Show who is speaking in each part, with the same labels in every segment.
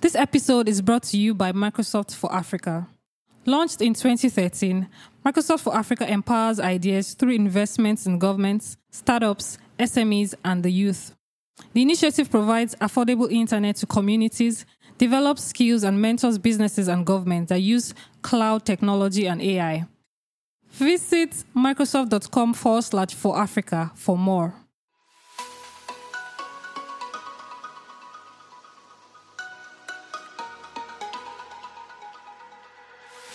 Speaker 1: This episode is brought to you by Microsoft for Africa. Launched in 2013, Microsoft for Africa empowers ideas through investments in governments, startups, SMEs, and the youth. The initiative provides affordable internet to communities, develops skills, and mentors businesses and governments that use cloud technology and AI. Visit microsoft.com forward slash for Africa for more.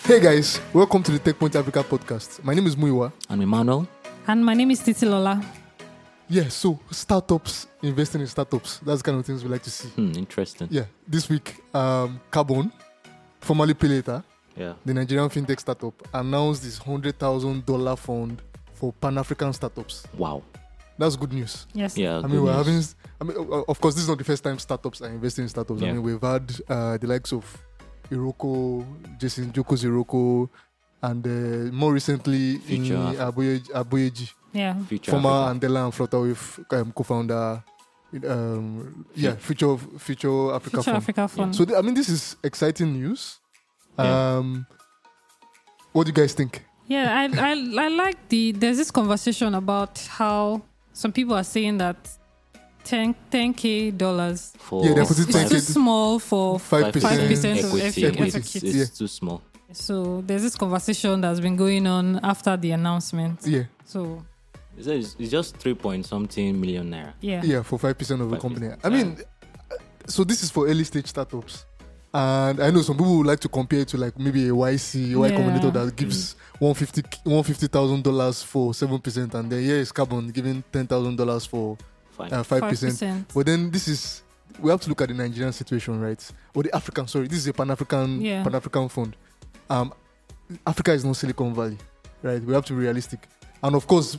Speaker 2: Hey guys, welcome to the Tech Point Africa podcast. My name is Muiwa.
Speaker 3: I'm Emmanuel.
Speaker 1: And my name is Titilola.
Speaker 2: Yeah, so startups, investing in startups, that's the kind of things we like to see.
Speaker 3: Hmm, interesting.
Speaker 2: Yeah, this week, um, Carbon, formerly Pilata,
Speaker 3: Yeah.
Speaker 2: the Nigerian fintech startup, announced this $100,000 fund for Pan African startups.
Speaker 3: Wow.
Speaker 2: That's good news.
Speaker 1: Yes.
Speaker 3: Yeah.
Speaker 2: I
Speaker 3: good
Speaker 2: mean, we're
Speaker 3: news.
Speaker 2: having, I mean, o- o- of course, this is not the first time startups are investing in startups. I
Speaker 3: Yeah.
Speaker 2: mean, we've had uh, the likes of Iroko, Jason Joko Iroko, and uh, more recently,
Speaker 3: Future
Speaker 2: Ini Aboye- Aboyeji.
Speaker 1: Yeah.
Speaker 3: future
Speaker 2: former
Speaker 3: Africa.
Speaker 2: Andela and Flutterwave um, co-founder. Um, yeah, future future Africa.
Speaker 1: Future
Speaker 2: Fund.
Speaker 1: Africa Fund.
Speaker 2: So th- I mean, this is exciting news.
Speaker 3: Yeah.
Speaker 2: Um, what do you guys think?
Speaker 1: Yeah, I, I I like the there's this conversation about how some people are saying that 10 k dollars
Speaker 3: for
Speaker 2: Yeah, they put it
Speaker 1: is
Speaker 2: Thank
Speaker 1: too
Speaker 2: you.
Speaker 1: small for five
Speaker 2: Five
Speaker 1: percent
Speaker 2: percent.
Speaker 1: of
Speaker 3: equity.
Speaker 1: equity.
Speaker 3: It's,
Speaker 1: equity.
Speaker 3: it's too small.
Speaker 1: So there's this conversation that's been going on after the announcement.
Speaker 2: Yeah,
Speaker 1: So
Speaker 3: It's, it's it's just three point something million naira.
Speaker 1: yeah,
Speaker 2: yeah, for five percent of a
Speaker 3: Five
Speaker 2: company.
Speaker 3: percent.
Speaker 2: I mean, uh, so this is for early stage startups, and I know some people would like to compare it to like maybe a YC Y
Speaker 1: Yeah.
Speaker 2: Combinator that gives
Speaker 3: Mm.
Speaker 2: one fifty one fifty thousand dollars for seven percent, and then here is Carbon giving ten thousand dollars for uh,
Speaker 3: Fine.
Speaker 2: five percent. But then this is we have to look at the Nigerian situation, right? Or the African, sorry, this is a Pan African
Speaker 1: Yeah.
Speaker 2: Pan African fund. Um Africa is not Silicon Valley, right? We have to be realistic. And of course,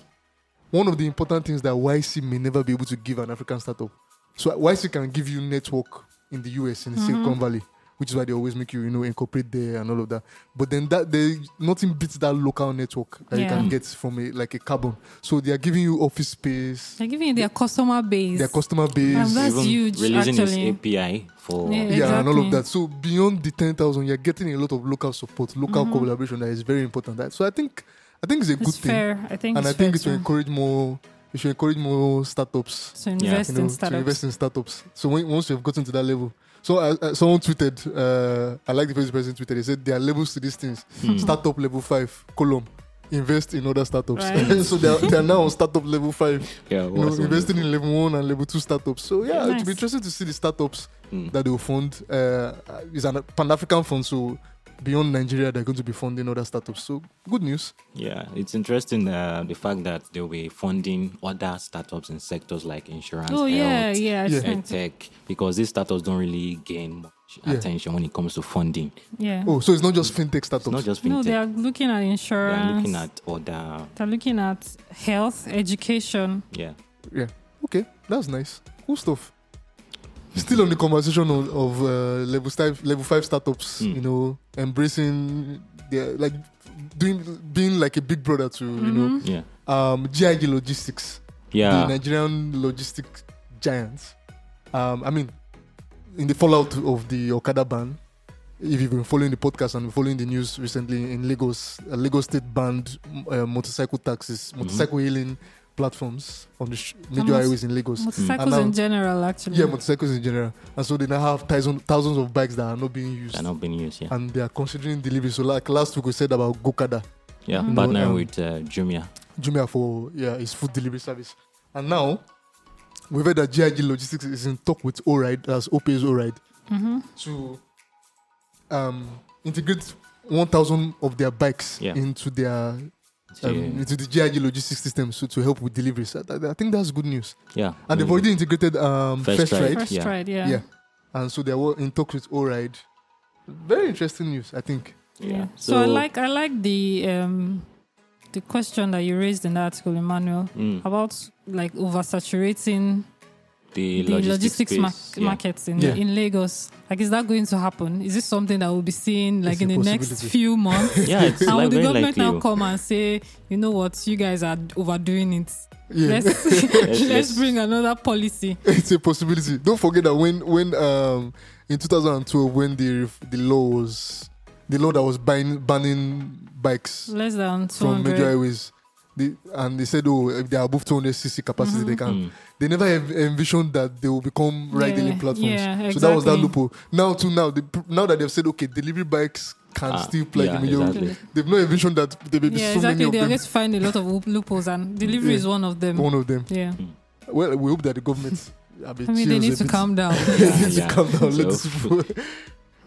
Speaker 2: one of the important things that YC may never be able to give an African startup. So YC can give you network in the US in
Speaker 1: Mm-hmm.
Speaker 2: the Silicon Valley, which is why they always make you, you know, incorporate there and all of that. But then that they nothing beats that local network that you
Speaker 1: Yeah.
Speaker 2: can get from a like a carbon. So they are giving you office space,
Speaker 1: They're giving you their customer base.
Speaker 2: their customer base.
Speaker 1: And that's
Speaker 3: Even
Speaker 1: huge,
Speaker 3: Releasing
Speaker 1: actually.
Speaker 3: its API for
Speaker 1: Yeah.
Speaker 2: yeah, and all
Speaker 1: Exactly.
Speaker 2: of that. So beyond the ten thousand, you're getting a lot of local support, local collaboration that is very important. That so I think I think it's a good
Speaker 1: Mm-hmm. it's
Speaker 2: thing,
Speaker 1: fair. I think
Speaker 2: and
Speaker 1: it's
Speaker 2: I
Speaker 1: fair
Speaker 2: think it will
Speaker 1: to,
Speaker 2: encourage more. It should encourage more startups,
Speaker 1: to invest
Speaker 2: you know,
Speaker 1: in
Speaker 2: to
Speaker 1: startups.
Speaker 2: invest in startups. So when, once you've gotten to that level, so uh, uh, someone tweeted, uh, I like the first person tweeted. They said there are levels to these things.
Speaker 3: Hmm.
Speaker 2: Startup level five column. Invest in other startups.
Speaker 1: Right.
Speaker 2: so they are, they are now on startup level five.
Speaker 3: yeah,
Speaker 2: You know,
Speaker 3: what's on
Speaker 2: investing
Speaker 3: this?
Speaker 2: in level one and level two startups. So yeah, it
Speaker 1: Nice.
Speaker 2: will be interesting to see the startups
Speaker 3: Hmm.
Speaker 2: that they will fund uh, is an Pan African fund. So beyond Nigeria, they're going to be funding other startups. So good news.
Speaker 3: Yeah, it's interesting uh, the fact that they'll be funding other startups in sectors like insurance,
Speaker 1: Oh yeah,
Speaker 3: health,
Speaker 1: yeah, I
Speaker 2: Yeah.
Speaker 1: think-
Speaker 3: tech, because these startups don't really gain much
Speaker 2: Yeah.
Speaker 3: attention when it comes to funding.
Speaker 1: yeah.
Speaker 2: Oh, so it's not just fintech
Speaker 3: It's
Speaker 2: startups.
Speaker 3: not just fintech.
Speaker 1: No, they are looking at
Speaker 3: They
Speaker 1: insurance.
Speaker 3: are looking at other,
Speaker 1: They're looking at health, education.
Speaker 3: yeah.
Speaker 2: yeah. Okay, that's nice. Cool stuff. Still on the conversation of, of uh, level five, level five startups.
Speaker 3: Mm.
Speaker 2: You know, embracing their like doing being like a big brother to Mm, you
Speaker 1: Mm-hmm.
Speaker 2: know
Speaker 3: Yeah.
Speaker 2: um, GIG Logistics. the
Speaker 3: Yeah.
Speaker 2: Nigerian logistics giants. Um, I mean, in the fallout of the Okada ban, if you've been following the podcast and following the news recently in Lagos, uh, Lagos State banned m- uh, motorcycle taxis, motorcycle hailing platforms on the sh- major
Speaker 1: mot-
Speaker 2: highways in Lagos.
Speaker 1: Motorcycles
Speaker 2: And
Speaker 3: Mm.
Speaker 2: now-
Speaker 1: in general, actually.
Speaker 2: yeah, motorcycles in general. And so they now have thousands, thousands of bikes that are not being used.
Speaker 3: They're not being used. Yeah.
Speaker 2: And they are considering delivery. So, like last week, we said about Gokada.
Speaker 3: Yeah.
Speaker 1: Mm.
Speaker 3: Partnering
Speaker 2: No, um,
Speaker 3: with uh, Jumia.
Speaker 2: Jumia for yeah his food delivery service. And now we've heard that GIG Logistics is in talk with Oride, that's OP's Oride,
Speaker 1: Mm-hmm.
Speaker 2: to um, integrate 1,000 of their bikes
Speaker 3: Yeah.
Speaker 2: into their um,
Speaker 3: to-
Speaker 2: into the GIG Logistics system so to help with deliveries. I, I- I think that's good news.
Speaker 3: yeah.
Speaker 2: And they've
Speaker 3: Mm.
Speaker 2: already integrated um,
Speaker 3: First
Speaker 2: First,
Speaker 3: Ride.
Speaker 2: Ride,
Speaker 1: First
Speaker 3: Yeah.
Speaker 1: tried, yeah.
Speaker 2: yeah. and so they were in talks with Oride. Very interesting news, I think.
Speaker 1: Yeah. So, I like I like the um, the question that you raised in the article, Emmanuel,
Speaker 3: Mm.
Speaker 1: about like oversaturating
Speaker 3: the,
Speaker 1: the logistics,
Speaker 3: space.
Speaker 1: mar-
Speaker 3: Yeah.
Speaker 1: markets in,
Speaker 2: Yeah.
Speaker 1: in Lagos. Like, is that going to happen? Is this something that we'll be seeing like
Speaker 2: It's
Speaker 1: in
Speaker 2: a
Speaker 1: the next
Speaker 2: possibility.
Speaker 1: few months?
Speaker 3: Yeah, it's
Speaker 1: and will
Speaker 3: like
Speaker 1: the
Speaker 3: very
Speaker 1: government
Speaker 3: likely.
Speaker 1: now
Speaker 3: oh.
Speaker 1: come and say, you know what, you guys are overdoing it.
Speaker 2: Yeah.
Speaker 1: Let's, let's
Speaker 3: let's-
Speaker 1: bring another policy.
Speaker 2: it's a possibility. Don't forget that when when um in 2012 when the the law was the law that was ban- banning bikes
Speaker 1: Less than two
Speaker 2: from major
Speaker 1: hundred.
Speaker 2: highways, the, and they said oh if they are above 200 cc capacity they can.
Speaker 3: Mm.
Speaker 2: They never env- envisioned that they will become riding
Speaker 1: Mm-hmm. Yeah,
Speaker 2: platforms.
Speaker 1: yeah,
Speaker 2: So that was that
Speaker 1: exactly.
Speaker 2: loophole. Now to now the, pr- now that they've said okay delivery bikes can
Speaker 3: Ah,
Speaker 2: still plug
Speaker 3: yeah,
Speaker 2: in major
Speaker 3: exactly.
Speaker 2: They've not envisioned that there may be
Speaker 1: Yeah,
Speaker 2: so
Speaker 1: exactly. They
Speaker 2: many
Speaker 1: are
Speaker 2: of
Speaker 1: going
Speaker 2: them.
Speaker 1: to find a lot of loop- loopholes, and delivery
Speaker 2: Yeah.
Speaker 1: is one of them.
Speaker 2: One of them.
Speaker 1: Yeah,
Speaker 2: Well, we hope that the government. I mean,
Speaker 1: I mean they
Speaker 2: chills
Speaker 1: need
Speaker 2: a
Speaker 1: to
Speaker 2: bit.
Speaker 1: calm down.
Speaker 2: They need to
Speaker 3: Yeah.
Speaker 2: calm down. Let
Speaker 3: So-
Speaker 2: these people.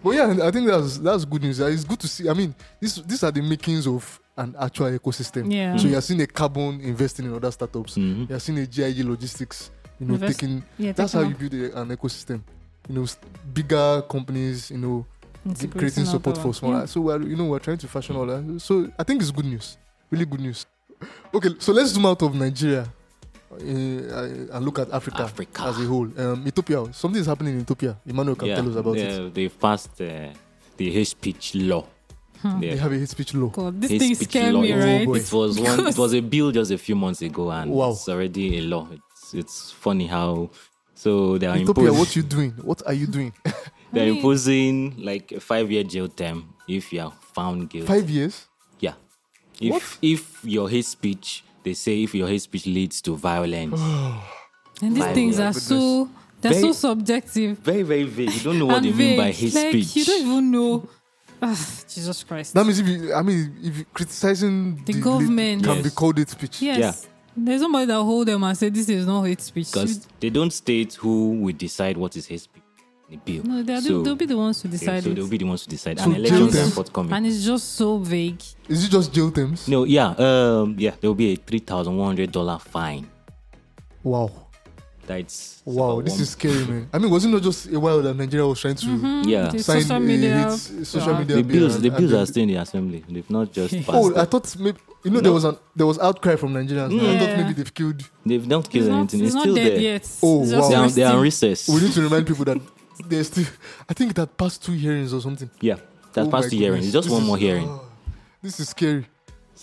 Speaker 2: But yeah, I think that's that's good news. It's good to see. I mean, this these are the makings of an actual ecosystem.
Speaker 1: Yeah,
Speaker 2: So you're seeing a carbon investing in other startups.
Speaker 3: Mhm.
Speaker 2: You're seeing a GIG logistics. You know,
Speaker 1: Invest-
Speaker 2: taking.
Speaker 1: yeah.
Speaker 2: That's how
Speaker 1: taking
Speaker 2: you build a, an ecosystem. You know, s- bigger companies. You know,
Speaker 1: on
Speaker 2: g-
Speaker 1: integrating
Speaker 2: creating
Speaker 1: all
Speaker 2: support
Speaker 1: that
Speaker 2: for
Speaker 1: one.
Speaker 2: smaller. So we're you know we're trying to fashion all that. So I think it's good news, really good news. Okay, so let's zoom out of Nigeria uh, uh, and look at Africa,
Speaker 3: Africa.
Speaker 2: as a whole. Um, Ethiopia, something is happening in Ethiopia. Emmanuel can
Speaker 3: yeah,
Speaker 2: tell us about
Speaker 3: they,
Speaker 2: it.
Speaker 3: They passed uh, the hate speech law.
Speaker 2: They
Speaker 3: Yeah.
Speaker 2: have a hate speech law.
Speaker 1: God, this
Speaker 3: Hate
Speaker 1: thing
Speaker 3: speech
Speaker 1: scared
Speaker 3: law.
Speaker 1: me,
Speaker 3: Oh,
Speaker 1: right?
Speaker 2: boy.
Speaker 3: It was one. It was a bill just a few months ago, and
Speaker 2: Wow.
Speaker 3: it's already a law. It's, it's funny how so they are
Speaker 2: Ethiopia,
Speaker 3: imposing
Speaker 2: what you doing? What are you doing?
Speaker 3: they are
Speaker 1: Really?
Speaker 3: imposing like a five year jail term if you are found guilty.
Speaker 2: Five years?
Speaker 3: Yeah. If
Speaker 2: What?
Speaker 3: if your hate speech, they say if your hate speech leads to violence,
Speaker 1: And these
Speaker 3: My
Speaker 1: things are
Speaker 2: goodness.
Speaker 1: so they're so
Speaker 3: Very-
Speaker 1: subjective.
Speaker 3: very very vague. You don't know what
Speaker 1: and
Speaker 3: they mean by
Speaker 1: vague.
Speaker 3: hate
Speaker 1: like,
Speaker 3: speech.
Speaker 1: You don't even know. Ah, Jesus Christ.
Speaker 2: That means if you, I mean, if you criticizing
Speaker 1: The
Speaker 2: lead
Speaker 1: government.
Speaker 2: can be
Speaker 3: Yes.
Speaker 2: called hate speech.
Speaker 1: yes.
Speaker 3: Yeah.
Speaker 1: There's somebody that hold them and say this is not hate speech.
Speaker 3: because they don't state who will decide what is hate speech in the bill.
Speaker 1: no, they'll,
Speaker 3: So-
Speaker 1: they'll be the ones who
Speaker 3: Yeah,
Speaker 1: decide
Speaker 3: so
Speaker 1: it.
Speaker 3: they'll be the ones to decide.
Speaker 2: So
Speaker 3: and elections
Speaker 2: jail
Speaker 3: are
Speaker 2: term.
Speaker 3: forthcoming.
Speaker 1: and it's just so vague.
Speaker 2: Is it just jail terms?
Speaker 3: no, yeah, um, yeah, there will be a three thousand one hundred dollar fine.
Speaker 2: Wow.
Speaker 3: That's
Speaker 2: Wow,
Speaker 3: about
Speaker 2: this
Speaker 3: one-
Speaker 2: is scary, man. I mean, wasn't it just a while that Nigeria was trying to
Speaker 1: Mm-hmm.
Speaker 3: yeah.
Speaker 1: The
Speaker 2: sign
Speaker 1: Hmm, social
Speaker 2: a
Speaker 1: media.
Speaker 2: eh, hate- social
Speaker 1: uh,
Speaker 2: media
Speaker 3: The
Speaker 2: bill
Speaker 3: bills,
Speaker 2: and-
Speaker 3: the
Speaker 2: and
Speaker 3: bills
Speaker 2: then-
Speaker 3: are still in the assembly. They've not just passed.
Speaker 2: Oh, I
Speaker 3: them.
Speaker 2: thought maybe you know there was an there was outcry from Nigerians. and I thought
Speaker 1: Yeah.
Speaker 2: maybe they've killed.
Speaker 3: They've not
Speaker 1: It's
Speaker 3: killed
Speaker 1: not,
Speaker 3: anything.
Speaker 1: it's
Speaker 3: It's,
Speaker 1: not
Speaker 3: still
Speaker 1: dead
Speaker 3: there.
Speaker 1: yet. It's
Speaker 2: Oh,
Speaker 1: just
Speaker 2: wow.
Speaker 3: They are, they are on
Speaker 1: resting.
Speaker 3: recess.
Speaker 2: We need to remind people that there's still. I think that passed two hearings or something.
Speaker 3: Yeah, that's
Speaker 2: Oh my
Speaker 3: past two
Speaker 2: goodness.
Speaker 3: hearings. It's just
Speaker 2: This
Speaker 3: one
Speaker 2: is- oh,
Speaker 3: more hearing.
Speaker 2: This is scary.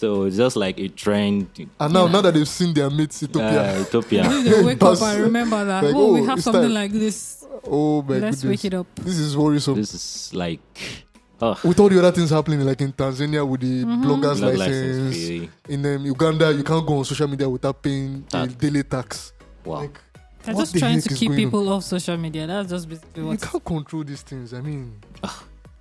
Speaker 3: So it's just like a trend.
Speaker 2: And now, now that they've seen their mates,
Speaker 3: Uh,
Speaker 2: Ethiopia.
Speaker 3: Ethiopia.
Speaker 1: They wake up
Speaker 2: Pass-
Speaker 1: and remember that.
Speaker 2: like,
Speaker 1: oh, we
Speaker 2: oh,
Speaker 1: have
Speaker 2: it's
Speaker 1: something
Speaker 2: time.
Speaker 1: like this.
Speaker 2: oh my
Speaker 1: Let's
Speaker 2: goodness,
Speaker 1: wake it up.
Speaker 2: this is worrisome.
Speaker 3: this is like, oh,
Speaker 2: With all the other things happening, like in Tanzania with the
Speaker 1: Mm-hmm.
Speaker 2: bloggers
Speaker 3: blog
Speaker 2: license,
Speaker 3: license fee.
Speaker 2: in um, Uganda you can't go on social media without paying a
Speaker 3: Tax.
Speaker 2: daily tax.
Speaker 3: Wow.
Speaker 2: Like,
Speaker 1: They're
Speaker 2: what
Speaker 1: just
Speaker 2: the
Speaker 1: trying
Speaker 2: heck
Speaker 1: to
Speaker 2: is
Speaker 1: keep
Speaker 2: going on?
Speaker 1: people off social media. That's just basically
Speaker 2: you
Speaker 1: what.
Speaker 2: can't control these things. I mean,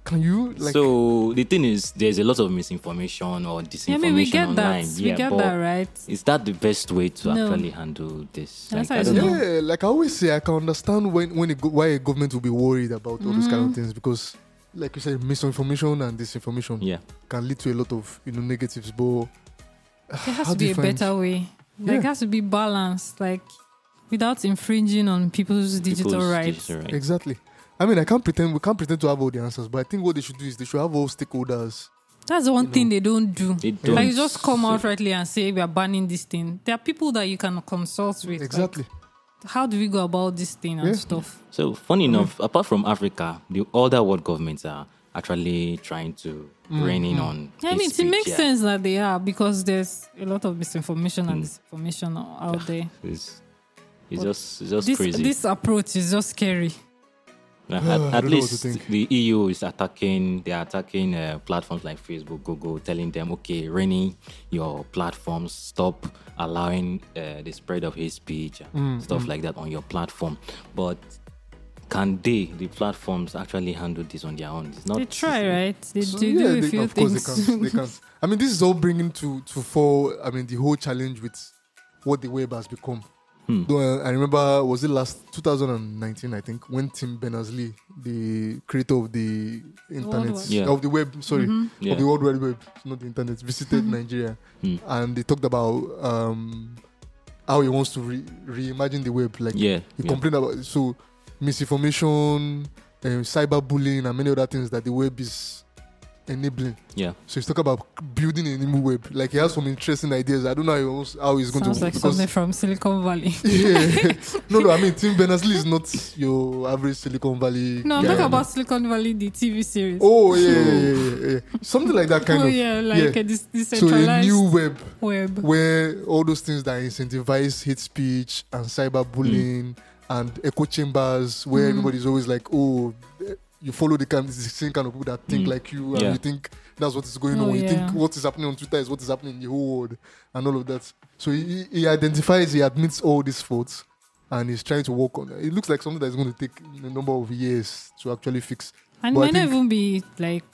Speaker 2: can you? Like,
Speaker 3: Ah. so the thing is, there's a lot of misinformation or disinformation
Speaker 1: I mean, we get that.
Speaker 3: online.
Speaker 1: we
Speaker 3: yeah,
Speaker 1: get
Speaker 3: but
Speaker 1: that, right?
Speaker 3: is that the best way to
Speaker 1: No.
Speaker 3: actually handle this?
Speaker 1: That's
Speaker 3: Like,
Speaker 1: how
Speaker 3: I
Speaker 1: it's
Speaker 3: don't know.
Speaker 2: Yeah, like I always say, I can understand when when a go- why a government will be worried about all these
Speaker 1: Mm.
Speaker 2: kind of things because, like you said, misinformation and disinformation
Speaker 3: Yeah,
Speaker 2: can lead to a lot of you know negatives. But
Speaker 1: There has
Speaker 2: How
Speaker 1: to
Speaker 2: do
Speaker 1: be
Speaker 2: you
Speaker 1: a
Speaker 2: find-
Speaker 1: better way. Like,
Speaker 2: Yeah.
Speaker 1: it has to be balanced, like, without infringing on people's digital
Speaker 3: people's
Speaker 1: rights.
Speaker 3: digital rights.
Speaker 2: exactly, I mean, I can't pretend we can't pretend to have all the answers. But I think what they should do is they should have all stakeholders.
Speaker 1: That's the one thing they don't do.
Speaker 3: They don't.
Speaker 1: Like, you just come out rightly and say, we are banning this thing. There are people that you can consult with. like,
Speaker 2: Exactly.
Speaker 1: how do we go about this thing and
Speaker 2: Yeah.
Speaker 1: stuff?
Speaker 3: So, funny
Speaker 1: Mm-hmm.
Speaker 3: enough, apart from Africa, the other world governments are actually trying to rein in on.
Speaker 1: Mm-hmm. Yeah, I
Speaker 3: hate
Speaker 1: mean, it
Speaker 3: speech,
Speaker 1: makes
Speaker 3: yeah.
Speaker 1: sense that they are because there's a lot of misinformation
Speaker 3: Hmm.
Speaker 1: and disinformation out there.
Speaker 3: It's, it's just, it's just
Speaker 1: This,
Speaker 3: crazy.
Speaker 1: this approach is just scary.
Speaker 2: I
Speaker 3: At, at
Speaker 2: don't know what to
Speaker 3: least
Speaker 2: think.
Speaker 3: the EU is attacking. They are attacking uh, platforms like Facebook, Google, telling them, okay, reining your platforms, stop allowing uh, the spread of hate speech
Speaker 1: Mm,
Speaker 3: and stuff like that on your platform. But can they, the platforms, actually handle this on their own? It's not.
Speaker 1: They try, right? They,
Speaker 2: So,
Speaker 1: they do a
Speaker 2: they-
Speaker 1: few
Speaker 2: of
Speaker 1: things.
Speaker 2: course they can't. They can't. I mean, this is all bringing to to fall. I mean, the whole challenge with what the web has become.
Speaker 3: Hmm.
Speaker 2: Though, uh, I remember was it last 2019, I think, when Tim Berners-Lee, the creator of the internet,
Speaker 1: Wide Mm-hmm. Web.
Speaker 3: Yeah.
Speaker 2: of the web, sorry,
Speaker 3: Yeah.
Speaker 2: of the World Wide Web, not the internet, visited
Speaker 1: Mm-hmm.
Speaker 2: Nigeria,
Speaker 3: Hmm.
Speaker 2: and they talked about um, how he wants to re- reimagine the web, like
Speaker 3: Yeah.
Speaker 2: he
Speaker 3: yeah.
Speaker 2: complained about so misinformation, um, cyberbullying, and many other things that the web is enabling.
Speaker 3: Yeah.
Speaker 2: So he's talking about building a new web. Like he has some interesting ideas. I don't know how he wants- how he's going
Speaker 1: Sounds
Speaker 2: to
Speaker 1: like
Speaker 2: because-
Speaker 1: something from Silicon Valley.
Speaker 2: yeah. no, no. I mean, Tim Berners-Lee is not your average Silicon Valley.
Speaker 1: No, I'm
Speaker 2: guy.
Speaker 1: talking about Silicon Valley, the TV series.
Speaker 2: Oh yeah, yeah, yeah, yeah, yeah. something like that kind
Speaker 1: oh
Speaker 2: of.
Speaker 1: yeah, like
Speaker 2: yeah.
Speaker 1: a dis-
Speaker 2: So a
Speaker 1: decentralized
Speaker 2: new web
Speaker 1: web.
Speaker 2: where all those things that incentivize hate speech and
Speaker 1: Mm.
Speaker 2: cyberbullying and echo chambers, where everybody's always like, oh, eh, you follow the kind, the same kind of people that think
Speaker 3: Mm.
Speaker 2: like you, and
Speaker 3: Yeah.
Speaker 2: you think that's what is going
Speaker 1: Oh,
Speaker 2: on. You
Speaker 1: yeah.
Speaker 2: think what is happening on Twitter is what is happening in the whole world, and all of that. So he, he identifies, he admits all these faults, and he's trying to work on. It It looks like something that's going to take a number of years to actually fix.
Speaker 1: And it
Speaker 2: But I
Speaker 1: might not
Speaker 2: think-
Speaker 1: even be like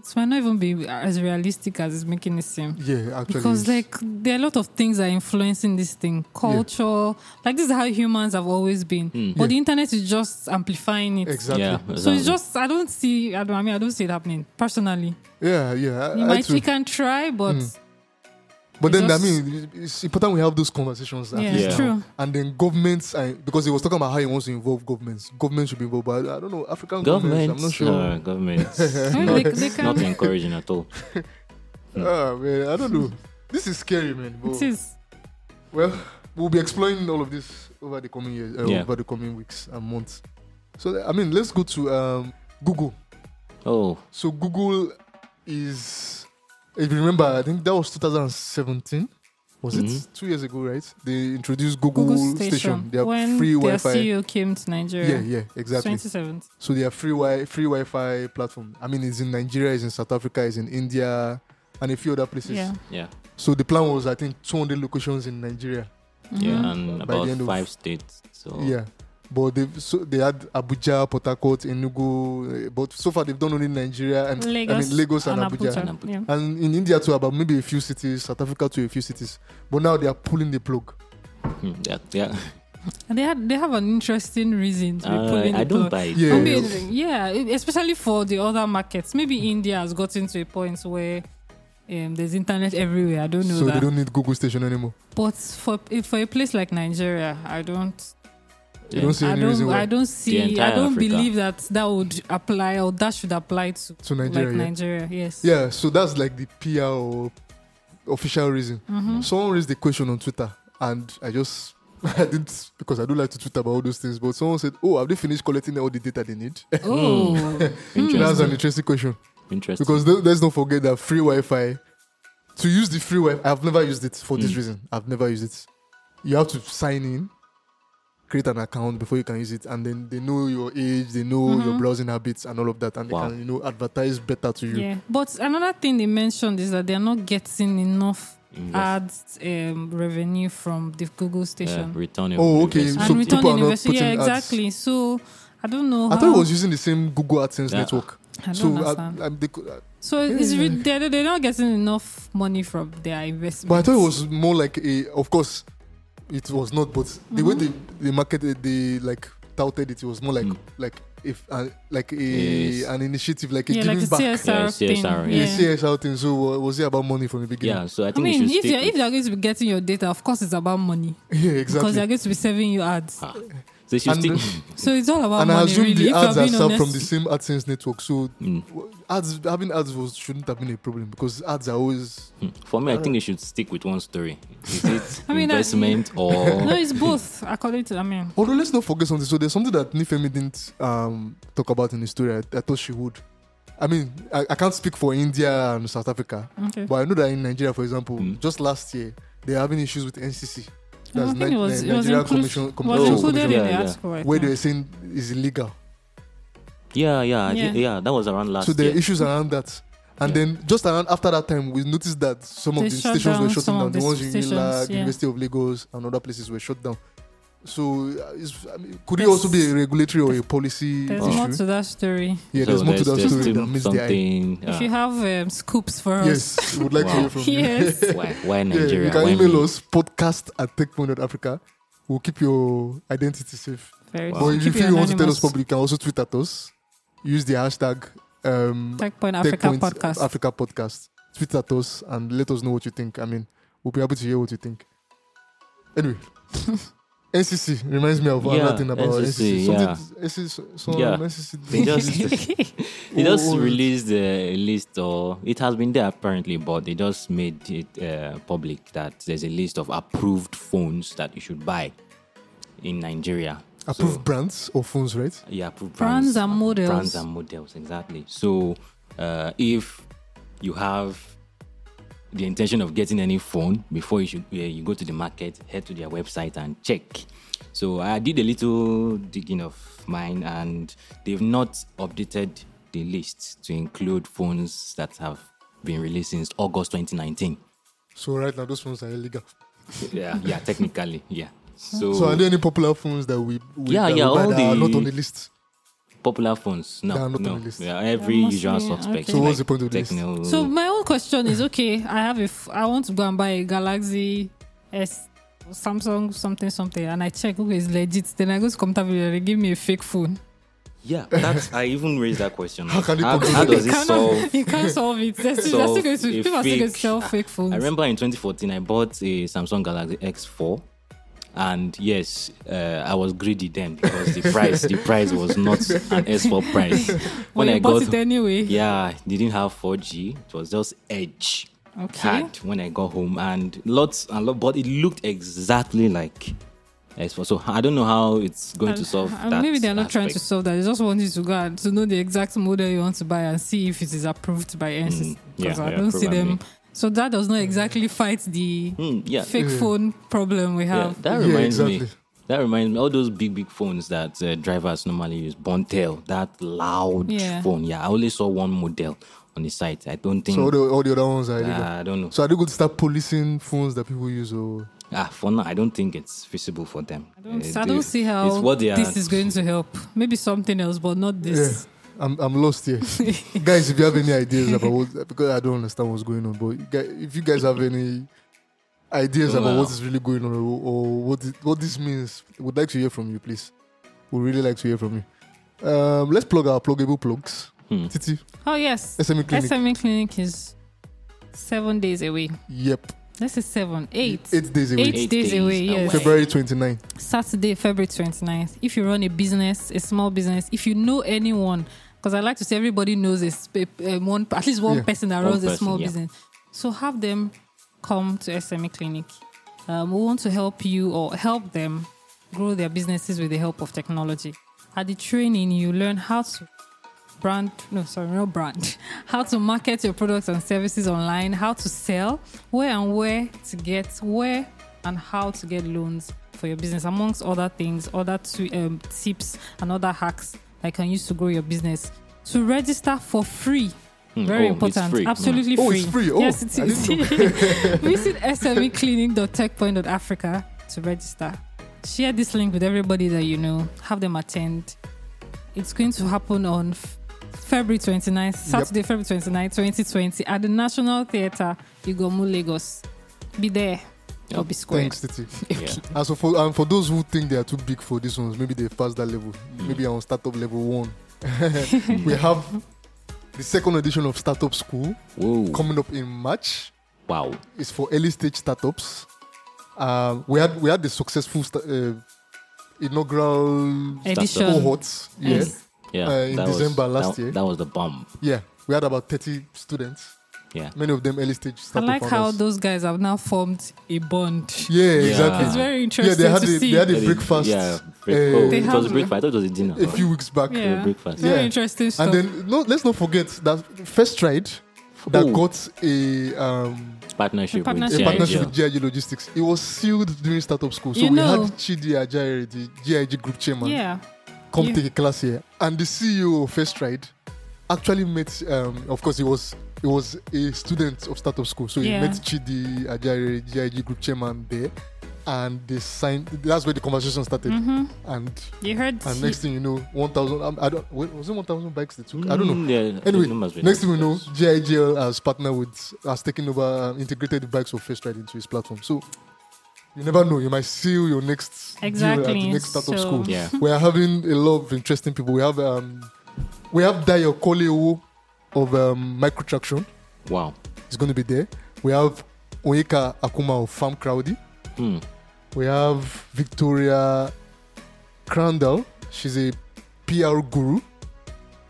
Speaker 1: it might not even be as realistic as it's making it seem.
Speaker 2: Yeah, actually,
Speaker 1: Because
Speaker 2: it's-
Speaker 1: like there are a lot of things that are influencing this thing. Culture. Like this is how humans have always been. But
Speaker 3: Mm.
Speaker 2: Yeah.
Speaker 1: the internet is just amplifying it.
Speaker 2: exactly.
Speaker 3: Yeah.
Speaker 2: Yeah,
Speaker 1: So
Speaker 3: exactly.
Speaker 1: it's just I don't see I don't I mean I don't see it happening personally.
Speaker 2: yeah. I-
Speaker 1: You
Speaker 2: I
Speaker 1: might
Speaker 2: too. Mm,
Speaker 1: we can try, but
Speaker 2: But
Speaker 1: It's
Speaker 2: then,
Speaker 1: just-
Speaker 2: I mean, it's important we have those conversations. At
Speaker 1: Yeah,
Speaker 2: least
Speaker 3: it's
Speaker 2: now.
Speaker 1: true.
Speaker 2: And then governments, are, because he was talking about how he wants to involve governments. Governments should be involved, but I don't know, African governments,
Speaker 3: Government,
Speaker 2: I'm not sure. um,
Speaker 3: no, government,
Speaker 1: I mean,
Speaker 3: not,
Speaker 1: they, they
Speaker 3: not
Speaker 1: can
Speaker 3: encouraging at all.
Speaker 2: Ah, man, I don't know. This is scary, man. But,
Speaker 1: it is.
Speaker 2: Well, we'll be exploring all of this over the coming years, uh,
Speaker 3: Yeah.
Speaker 2: over the coming weeks and months. So, I mean, let's go to um, Google.
Speaker 3: Oh,
Speaker 2: So, Google is, if you remember, I think that was 2017. Was it
Speaker 3: Mhm.
Speaker 2: two years ago, right? They introduced Google,
Speaker 1: Google
Speaker 2: Station,
Speaker 1: Station.
Speaker 2: their
Speaker 1: when
Speaker 2: free
Speaker 1: their
Speaker 2: Wi-Fi.
Speaker 1: CEO came to Nigeria.
Speaker 2: Yeah, yeah, exactly.
Speaker 1: 27th.
Speaker 2: So they are free wi free Wi-Fi platform. I mean, it's in Nigeria, it's in South Africa, it's in India, and a few other places.
Speaker 1: Yeah.
Speaker 3: yeah,
Speaker 2: So the plan was, I think, 200 locations in Nigeria.
Speaker 1: Mm-hmm.
Speaker 3: yeah, and
Speaker 2: Mm-hmm. By
Speaker 3: about
Speaker 2: the end of-
Speaker 3: five states. So
Speaker 2: Yeah, but they so they had Abuja, Port Harcourt, Enugu, eh, but so far they've done only Nigeria and
Speaker 1: Lagos,
Speaker 2: I mean Lagos and, Abuja.
Speaker 1: Abuja.
Speaker 3: Abuja.
Speaker 1: Yeah.
Speaker 2: And in India too, about maybe a few cities, South Africa to a few cities. But now they are pulling the plug.
Speaker 3: mm, yeah, yeah.
Speaker 1: And they had they have an interesting reason to be
Speaker 3: Uh,
Speaker 1: pulling the
Speaker 3: I don't
Speaker 1: plug.
Speaker 3: buy it.
Speaker 2: Yeah.
Speaker 1: I mean, yeah, e- especially for the other markets. Maybe India has gotten to a point where um, there's internet everywhere. I don't know
Speaker 2: so
Speaker 1: that.
Speaker 2: they don't need Google Station anymore.
Speaker 1: but for eh, for a place like Nigeria, I don't,
Speaker 2: You don't see
Speaker 1: I
Speaker 2: any reason
Speaker 1: don't,
Speaker 2: why
Speaker 1: I don't see, I
Speaker 3: entire
Speaker 1: don't
Speaker 3: Africa.
Speaker 1: believe that that would apply or that should apply to
Speaker 2: to Nigeria.
Speaker 1: like
Speaker 2: yeah.
Speaker 1: Nigeria. Yes.
Speaker 2: Yeah, so that's like the PR or official reason.
Speaker 1: Mm-hmm.
Speaker 2: Someone raised the question on Twitter, and I just I didn't because I don't like to tweet about all those things. But someone said, "Oh, have they finished collecting all the data they need?"
Speaker 1: Oh,
Speaker 2: that's an
Speaker 3: Interesting.
Speaker 2: interesting question
Speaker 3: Interesting.
Speaker 2: because th- let's not forget that free Wi-Fi. To use the free Wi-Fi, I've never used it for this
Speaker 1: Hmm.
Speaker 3: Mm.
Speaker 2: reason. I've never used it. You have to sign in, create an account before you can use it, and then they know your age, they know
Speaker 1: Mm-hmm.
Speaker 2: your browsing habits, and all of that, and
Speaker 3: Wow.
Speaker 2: they can you know advertise better to you.
Speaker 1: yeah. But another thing they mentioned is that they're not getting enough
Speaker 3: Invest-
Speaker 1: ads
Speaker 3: uh,
Speaker 1: um, revenue from the Google
Speaker 3: yeah,
Speaker 1: station.
Speaker 3: return on
Speaker 2: Oh, okay,
Speaker 3: investment.
Speaker 2: so
Speaker 1: and return
Speaker 2: people are not
Speaker 1: university. Yeah,
Speaker 2: putting ads.
Speaker 1: exactly. So I don't know.
Speaker 2: I
Speaker 1: how,
Speaker 2: thought it was using the same Google AdSense
Speaker 3: Yeah.
Speaker 2: network.
Speaker 1: I don't
Speaker 2: so, I,
Speaker 1: understand.
Speaker 2: I- they could- I-
Speaker 1: so it's re- they're, they're not getting enough money from their investment.
Speaker 2: but I thought it was more like a. Of course, it was not. But the way they, they marketed, they like touted it, it was more like
Speaker 3: Mm.
Speaker 2: like if uh, like a
Speaker 3: Yes.
Speaker 2: an initiative, like a
Speaker 1: yeah, like
Speaker 2: giving
Speaker 1: a
Speaker 2: back.
Speaker 1: CSR
Speaker 3: Yeah,
Speaker 1: thing.
Speaker 3: CSR,
Speaker 2: A
Speaker 3: yeah.
Speaker 2: CSR thing. So uh, was it about money from the beginning?
Speaker 3: Yeah, so I
Speaker 1: I
Speaker 3: think
Speaker 1: mean,
Speaker 3: we should
Speaker 1: if
Speaker 3: stick
Speaker 1: you're if
Speaker 3: with-
Speaker 1: they're going to be getting your data, of course it's about money
Speaker 2: Yeah,
Speaker 1: because they're
Speaker 2: exactly.
Speaker 1: going to be serving you ads.
Speaker 3: Ah, so they should
Speaker 2: And
Speaker 3: stick.
Speaker 1: So it's all about
Speaker 2: And
Speaker 1: money.
Speaker 2: I assume
Speaker 1: really,
Speaker 2: the
Speaker 1: if
Speaker 2: ads
Speaker 1: you're
Speaker 2: are
Speaker 1: being
Speaker 2: served from
Speaker 1: honest.
Speaker 2: the same AdSense network. So
Speaker 3: Mm.
Speaker 2: w- ads having ads was, shouldn't have been a problem because ads are always
Speaker 3: hmm. For me, I think they should stick with one story. Is it
Speaker 1: I mean, I-
Speaker 3: investment or
Speaker 1: No, it's both. According to, I mean,
Speaker 2: Although let's not forget something. So there's something that Nifemi didn't um, talk about in the story. I, I thought she would. I mean, I, I can't speak for India and South Africa,
Speaker 1: okay.
Speaker 2: but I know that in Nigeria, for example,
Speaker 3: Mm.
Speaker 2: just last year they're having issues with NCC.
Speaker 1: I don't
Speaker 2: Ni-
Speaker 1: think it was
Speaker 2: Ni-
Speaker 1: it was,
Speaker 2: Nigeria
Speaker 1: inclus-
Speaker 2: Commission,
Speaker 1: was
Speaker 2: Commission,
Speaker 3: Oh,
Speaker 1: included in
Speaker 2: Commission
Speaker 1: the
Speaker 3: yeah, yeah.
Speaker 1: article. I
Speaker 2: where
Speaker 1: think.
Speaker 2: they're saying it's illegal.
Speaker 3: yeah, yeah, I thi-
Speaker 1: Yeah.
Speaker 3: yeah, That was around last
Speaker 2: so there
Speaker 3: year.
Speaker 2: are issues around that. And
Speaker 3: Yeah.
Speaker 2: then just around after that time, we noticed that some
Speaker 1: They
Speaker 2: of the
Speaker 1: shut
Speaker 2: stations were
Speaker 1: down
Speaker 2: shutting
Speaker 1: some
Speaker 2: down.
Speaker 1: of
Speaker 2: The
Speaker 1: the
Speaker 2: ones in
Speaker 1: stations,
Speaker 2: Unilag,
Speaker 1: yeah.
Speaker 2: University of Lagos, and other places were shut down. So uh, it's, I mean, could it
Speaker 1: There's-
Speaker 2: also be a regulatory or a policy
Speaker 1: There's
Speaker 2: issue?
Speaker 1: more to that story.
Speaker 2: Yeah,
Speaker 3: So
Speaker 2: there's more to that
Speaker 3: there's
Speaker 2: story
Speaker 3: still
Speaker 2: than meets the eye.
Speaker 3: something.
Speaker 1: If
Speaker 3: uh,
Speaker 1: you have um, scoops for us,
Speaker 2: Yes, we would like to
Speaker 3: Wow.
Speaker 2: hear from you.
Speaker 1: yes.
Speaker 3: why, why
Speaker 2: Yeah,
Speaker 3: Nigeria?
Speaker 2: you can
Speaker 3: Why
Speaker 2: email
Speaker 3: me?
Speaker 2: us podcast at techpoint.africa. We'll keep your identity safe.
Speaker 1: Very
Speaker 3: Wow.
Speaker 2: But
Speaker 1: true.
Speaker 2: if you
Speaker 1: Keep
Speaker 2: feel
Speaker 1: it
Speaker 2: you want to tell us
Speaker 1: anonymous.
Speaker 2: publicly, you can also tweet at us. Use the hashtag um,
Speaker 1: Tech Point Africa
Speaker 2: TechPoint
Speaker 1: podcast.
Speaker 2: Africa podcast. Tweet at us and let us know what you think. I mean, we'll be happy to hear what you think. Anyway, NCC reminds me of
Speaker 3: Yeah,
Speaker 2: another thing about
Speaker 3: NCC,
Speaker 2: NCC.
Speaker 3: yeah.
Speaker 2: Something NCC, some
Speaker 3: Yeah.
Speaker 2: NCC.
Speaker 3: They just They
Speaker 2: Oh,
Speaker 3: just
Speaker 2: oh,
Speaker 3: released a list, or it has been there apparently, but they just made it uh, public that there's a list of approved phones that you should buy in Nigeria.
Speaker 2: approved
Speaker 3: So-
Speaker 2: brands or phones, right?
Speaker 3: yeah, approved
Speaker 1: Brands
Speaker 3: brands,
Speaker 1: and models.
Speaker 3: Brands and models, exactly. So uh, if you have the intention of getting any phone before you should uh, you go to the market, head to their website and check. So I did a little digging of mine, and they've not updated the list to include phones that have been released since August 2019.
Speaker 2: So right now those phones are illegal.
Speaker 3: Yeah, yeah, technically, yeah. So,
Speaker 2: So are there any popular phones that we, we
Speaker 3: Oh. Yeah,
Speaker 2: that we
Speaker 3: yeah,
Speaker 2: buy
Speaker 3: all
Speaker 2: that are not
Speaker 3: the-
Speaker 2: on the list?
Speaker 3: popular phones, no,
Speaker 2: They are not on
Speaker 3: no,
Speaker 2: the list.
Speaker 3: yeah, every
Speaker 1: must
Speaker 3: usual
Speaker 1: be,
Speaker 3: suspect.
Speaker 1: okay.
Speaker 2: So what's the point of the list?
Speaker 3: techno-
Speaker 1: So my own question is okay. I have a. F- I want to go and buy a Galaxy S, Samsung something something, and I check okay it's legit. Then I go to computer video, they give me a fake phone.
Speaker 3: Yeah, that's I even raised that question.
Speaker 2: How can you
Speaker 3: how,
Speaker 2: control
Speaker 3: how
Speaker 2: that?
Speaker 3: does
Speaker 1: you
Speaker 3: it
Speaker 1: cannot-
Speaker 3: solve?
Speaker 1: You can't solve it. They're still,
Speaker 3: solve
Speaker 1: they're still going to,
Speaker 3: a
Speaker 1: people are still going to
Speaker 3: fake-
Speaker 1: sell fake phones.
Speaker 3: I remember in 2014 I bought a Samsung Galaxy X4, and yes, uh, I was greedy then because the price the price was not an S4 price.
Speaker 1: Well, you bought it anyway.
Speaker 3: yeah, it didn't have 4G. It was just Edge
Speaker 1: Okay.
Speaker 3: card when I got home, and lots and lot, but it looked exactly like S4. So I don't know how it's going to
Speaker 1: And-
Speaker 3: solve
Speaker 1: and
Speaker 3: that.
Speaker 1: uh, maybe they're not trying to
Speaker 3: aspect.
Speaker 1: solve that. They just want you to go and to know the exact model you want to buy and see if it is approved by NCC.
Speaker 3: yeah,
Speaker 1: Because I
Speaker 3: Mm, yeah,
Speaker 1: don't see them.
Speaker 3: probably.
Speaker 1: So that does not exactly fight the
Speaker 3: Hmm, yeah,
Speaker 1: fake
Speaker 2: Yeah.
Speaker 1: phone problem we
Speaker 3: Yeah,
Speaker 1: have.
Speaker 3: that
Speaker 2: Yeah,
Speaker 3: reminds me.
Speaker 2: exactly.
Speaker 3: That reminds me. All those big, big phones that uh, drivers normally use, Bontel, that loud
Speaker 1: Yeah.
Speaker 3: phone. Yeah, I only saw one model on the site. I don't think.
Speaker 2: So all the, all the other ones are illegal.
Speaker 3: uh, I don't know.
Speaker 2: So are they going to start policing phones that people use or
Speaker 3: ah, for now, I don't think it's feasible for them.
Speaker 1: I don't,
Speaker 3: Uh,
Speaker 1: I don't
Speaker 3: they-
Speaker 1: see how
Speaker 3: it's what they are-
Speaker 1: this is going to help. Maybe something else, but not this.
Speaker 2: Yeah, I'm, I'm lost here. guys, if you have any ideas about what, because I don't understand what's going on, but you guys, if you guys have any ideas about
Speaker 3: Wow.
Speaker 2: what is really going on or, or what, it, what this means, we'd like to hear from you, please. We'd really like to hear from you. Um, let's plug our pluggable plugs.
Speaker 3: Hmm.
Speaker 2: Titi,
Speaker 1: Oh yes,
Speaker 2: SME E Clinic.
Speaker 1: SME clinic is seven days away.
Speaker 2: Yep.
Speaker 1: Let's say seven, E eight,
Speaker 2: Eight days away.
Speaker 1: Eight days away, yes.
Speaker 2: February 29th.
Speaker 1: Saturday, February 29th. If you run a business, a small business, if you know anyone, because I like to say everybody knows a, sp- a- a one, at least one
Speaker 2: Yeah.
Speaker 1: person that
Speaker 3: One
Speaker 1: runs a
Speaker 3: person,
Speaker 1: small
Speaker 3: yeah.
Speaker 1: business. So have them come to SME Clinic. Um, we want to help you or help them grow their businesses with the help of technology. At the training, you learn how to brand no sorry no brand how to market your products and services online how to sell where and where to get where and how to get loans for your business amongst other things other two um, tips and other hacks that you can use to grow your business to register for free very
Speaker 3: oh, it's
Speaker 1: important
Speaker 3: free. Mm.
Speaker 1: absolutely
Speaker 2: Oh,
Speaker 1: free
Speaker 2: it's free. Oh,
Speaker 1: yes it
Speaker 2: I
Speaker 1: is
Speaker 2: didn't
Speaker 1: visit E smeclinic.techpoint.africa to register share this link with everybody that you know have them attend it's going to happen on F- February 29th, Saturday, February 29th, 2020, at the National Theatre, Igomu, Lagos. Be there or be square.
Speaker 2: Thanks, Titi.
Speaker 3: Yeah.
Speaker 2: And so for and for those who think they are too big for these ones, maybe they passed that level.
Speaker 1: Mm.
Speaker 2: Maybe I'm on startup level one. we have the second edition of Startup School
Speaker 3: Whoa!
Speaker 2: coming up in March.
Speaker 3: wow!
Speaker 2: It's for early stage startups. Um, we had we had the successful sta- uh, inaugural
Speaker 1: Edition.
Speaker 2: cohorts. Yeah,
Speaker 1: Yes.
Speaker 3: Yeah,
Speaker 2: Uh, in
Speaker 3: that
Speaker 2: December
Speaker 3: was,
Speaker 2: last
Speaker 3: that,
Speaker 2: year.
Speaker 3: that was the bomb.
Speaker 2: yeah. We had about thirty students.
Speaker 3: Yeah,
Speaker 2: Many of them early stage
Speaker 1: I
Speaker 2: startup
Speaker 1: like how
Speaker 2: founders.
Speaker 1: those guys have now formed a bond.
Speaker 2: yeah, exactly.
Speaker 1: It's very
Speaker 2: yeah,
Speaker 1: interesting
Speaker 2: they had
Speaker 1: to
Speaker 2: the,
Speaker 1: see.
Speaker 2: they had a
Speaker 3: Yeah,
Speaker 2: breakfast
Speaker 3: Yeah, break,
Speaker 2: uh,
Speaker 3: oh,
Speaker 1: They
Speaker 3: it was
Speaker 1: have-
Speaker 3: a breakfast. I thought it was a dinner.
Speaker 2: a few weeks back.
Speaker 1: yeah.
Speaker 3: breakfast.
Speaker 1: Very
Speaker 2: Yeah.
Speaker 1: interesting stuff.
Speaker 2: And then no, let's not forget that first stride that
Speaker 3: Oh,
Speaker 2: got a um,
Speaker 3: partnership,
Speaker 1: partnership.
Speaker 2: a
Speaker 3: with
Speaker 1: Yeah,
Speaker 2: partnership
Speaker 3: GIGL.
Speaker 2: with GIG Logistics. It was sealed during startup school. So
Speaker 1: You
Speaker 2: we
Speaker 1: know-
Speaker 2: had Chidi Ajayere, the GIG group chairman,
Speaker 1: yeah.
Speaker 2: come
Speaker 1: Yeah.
Speaker 2: take a class here. And the CEO of First Stride actually met um, of course he was he was a student of startup school. So
Speaker 1: Yeah.
Speaker 2: he met Chidi Ajayere, GIG group chairman there. And they signed that's where the conversation started.
Speaker 1: Mm-hmm.
Speaker 2: And
Speaker 1: You heard
Speaker 2: and Oh, next thing you know, one thousand um, I don't wait, was it one thousand bikes they took? I don't know.
Speaker 3: Mm, Yeah, the
Speaker 2: Anyway,
Speaker 3: numbers were
Speaker 2: next thing we know,
Speaker 3: numbers.
Speaker 2: GIGL has partnered with, has taken over, um, integrated the bikes of First Ride into his platform. So you never know, you might seal your next deal at
Speaker 1: Exactly,
Speaker 2: the next startup
Speaker 1: so-
Speaker 2: school.
Speaker 3: Yeah.
Speaker 2: We are having a lot of interesting people. We have um, we have Dayo Koleo of um, Microtraction.
Speaker 3: Wow.
Speaker 2: He's going to be there. We have Oeka Akuma of Farm Crowdy.
Speaker 3: Hmm.
Speaker 2: We have Victoria Crandall. She's a PR guru.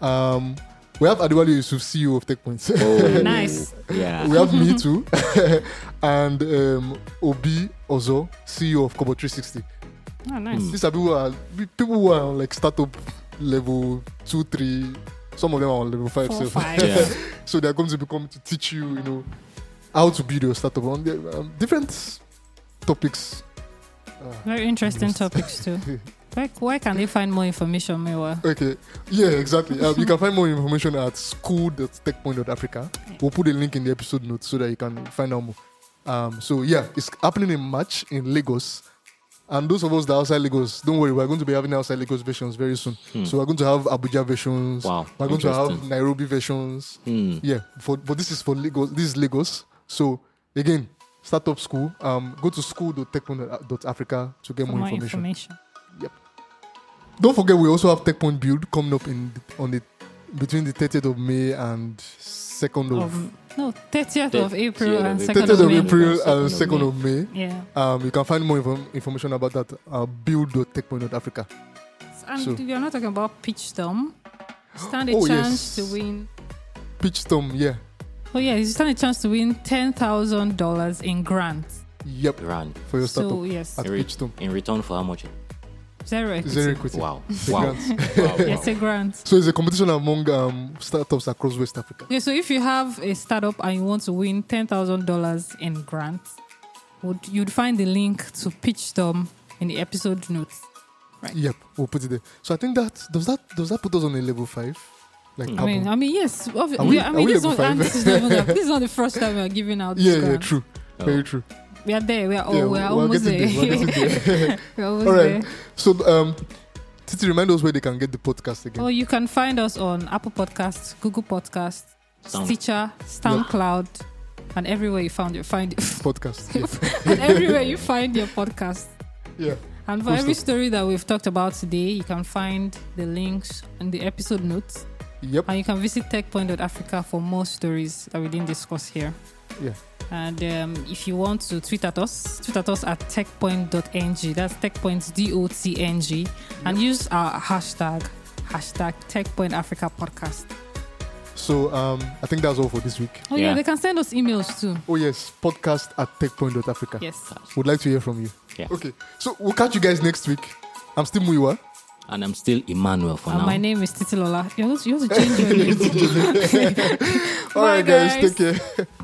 Speaker 2: Um, we have Adewale Yusuf, CEO of TechPoints.
Speaker 3: Oh,
Speaker 1: Nice.
Speaker 3: Yeah.
Speaker 2: we have me too, and um, Obi Ozo, CEO of Kobo 360.
Speaker 1: Oh, nice.
Speaker 3: Mm.
Speaker 2: These are people who are people who are on like startup level two, three. Some of them are on level five.
Speaker 1: Four,
Speaker 2: so.
Speaker 1: five.
Speaker 3: Yeah.
Speaker 2: so they're going to become to teach you, you know, how to build your startup on the, um, different topics. Uh,
Speaker 1: Very interesting
Speaker 2: Yes.
Speaker 1: topics too. Where, where can they find more information, Mewa?
Speaker 2: okay, yeah, exactly. Um, you can find more information at school.techpoint.africa. We'll put a link in the episode notes so that you can find out more. Um, so yeah, it's happening in March in Lagos. And those of us that are outside Lagos, don't worry, we're going to be having outside Lagos versions very soon.
Speaker 3: Hmm.
Speaker 2: So we're going to have Abuja versions.
Speaker 3: Wow,
Speaker 2: We're going to have
Speaker 3: interesting.
Speaker 2: Nairobi versions.
Speaker 3: Hmm.
Speaker 2: Yeah, for but this is for Lagos. This is Lagos. So again, startup school. Um, go to school.techpoint.africa to get
Speaker 1: For
Speaker 2: more,
Speaker 1: more
Speaker 2: information.
Speaker 1: information.
Speaker 2: Don't forget, we also have TechPoint Build coming up in on the between the 30th of May and 2nd of
Speaker 1: Um, no, 30th of
Speaker 3: Thirtieth
Speaker 1: April
Speaker 3: of
Speaker 1: and 2nd
Speaker 3: April.
Speaker 2: 30th
Speaker 1: of
Speaker 2: of
Speaker 1: May.
Speaker 2: April uh, and
Speaker 3: and
Speaker 2: 2nd of May.
Speaker 1: Yeah.
Speaker 2: Um, you can find more inform- information about that at build.techpoint.africa.
Speaker 1: And
Speaker 2: So-
Speaker 1: we are not talking about pitch them. Stand a
Speaker 2: Oh,
Speaker 1: chance
Speaker 2: yes.
Speaker 1: to win.
Speaker 2: Pitch Tom, yeah,
Speaker 1: Oh yeah, you stand a chance to win ten thousand dollars in grants.
Speaker 2: yep,
Speaker 3: Run.
Speaker 2: for your startup
Speaker 1: So yes,
Speaker 2: at
Speaker 3: Great.
Speaker 2: Pitch Tom.
Speaker 3: In return for how much?
Speaker 1: zero equity.
Speaker 2: Zero equity.
Speaker 3: Wow.
Speaker 2: a
Speaker 3: Wow.
Speaker 2: grant.
Speaker 3: wow.
Speaker 1: Yes, a grant.
Speaker 2: So it's a competition among um, startups across West Africa.
Speaker 1: Okay, so if you have a startup and you want to win ten thousand dollars in grants, would you'd find the link to pitch them in the episode notes.
Speaker 2: Yep, we'll put it there. So I think that does that does that put us on a level five? Like
Speaker 3: Hmm.
Speaker 1: I mean,
Speaker 2: Apple?
Speaker 1: I mean, yes. Obvi-
Speaker 2: Are we-
Speaker 1: yeah, I
Speaker 2: are
Speaker 1: mean,
Speaker 2: we
Speaker 1: this,
Speaker 2: level
Speaker 1: one, and
Speaker 2: five?
Speaker 1: this, is not even the, this is not the first time we are giving out.
Speaker 2: yeah,
Speaker 1: this
Speaker 2: yeah,
Speaker 1: grant.
Speaker 2: true,
Speaker 3: Oh.
Speaker 2: very true.
Speaker 1: We are there. We are all.
Speaker 2: yeah,
Speaker 1: we are
Speaker 2: we're
Speaker 1: almost
Speaker 2: getting
Speaker 1: there.
Speaker 2: there, we're getting there.
Speaker 1: we are almost
Speaker 2: All
Speaker 1: there.
Speaker 2: right. so, um, Titi, remind us where they can get the podcast again.
Speaker 1: Well, you can find us on Apple Podcasts, Google Podcasts,
Speaker 3: Sound.
Speaker 1: Stitcher, SoundCloud, and everywhere you found your find
Speaker 2: Podcast, yeah.
Speaker 1: and everywhere you find your podcast.
Speaker 2: yeah,
Speaker 1: And for
Speaker 2: Cool
Speaker 1: every
Speaker 2: stuff.
Speaker 1: story that we've talked about today, you can find the links in the episode notes,
Speaker 2: yep,
Speaker 1: and you can visit techpoint.africa for more stories that we didn't discuss here.
Speaker 2: Yeah.
Speaker 1: And um, if you want to tweet at us, tweet at us at techpoint.ng. That's techpoint d o t n g, and use our hashtag hashtag techpointafrica podcast.
Speaker 2: So, um, I think that's all for this week.
Speaker 1: Oh yeah.
Speaker 3: Yeah.
Speaker 1: they can send us emails too.
Speaker 2: Oh yes, podcast at techpoint.africa.
Speaker 1: Yes.
Speaker 2: Would like to hear from you.
Speaker 3: Yeah.
Speaker 2: Okay, so we'll catch you guys next week. I'm still Muiwa.
Speaker 3: And I'm still Emmanuel for
Speaker 1: And
Speaker 3: now.
Speaker 1: Oh my name is Titilola. You have to, you have to change your name.
Speaker 2: All
Speaker 1: Bye,
Speaker 2: right, guys,
Speaker 1: guys.
Speaker 2: take care.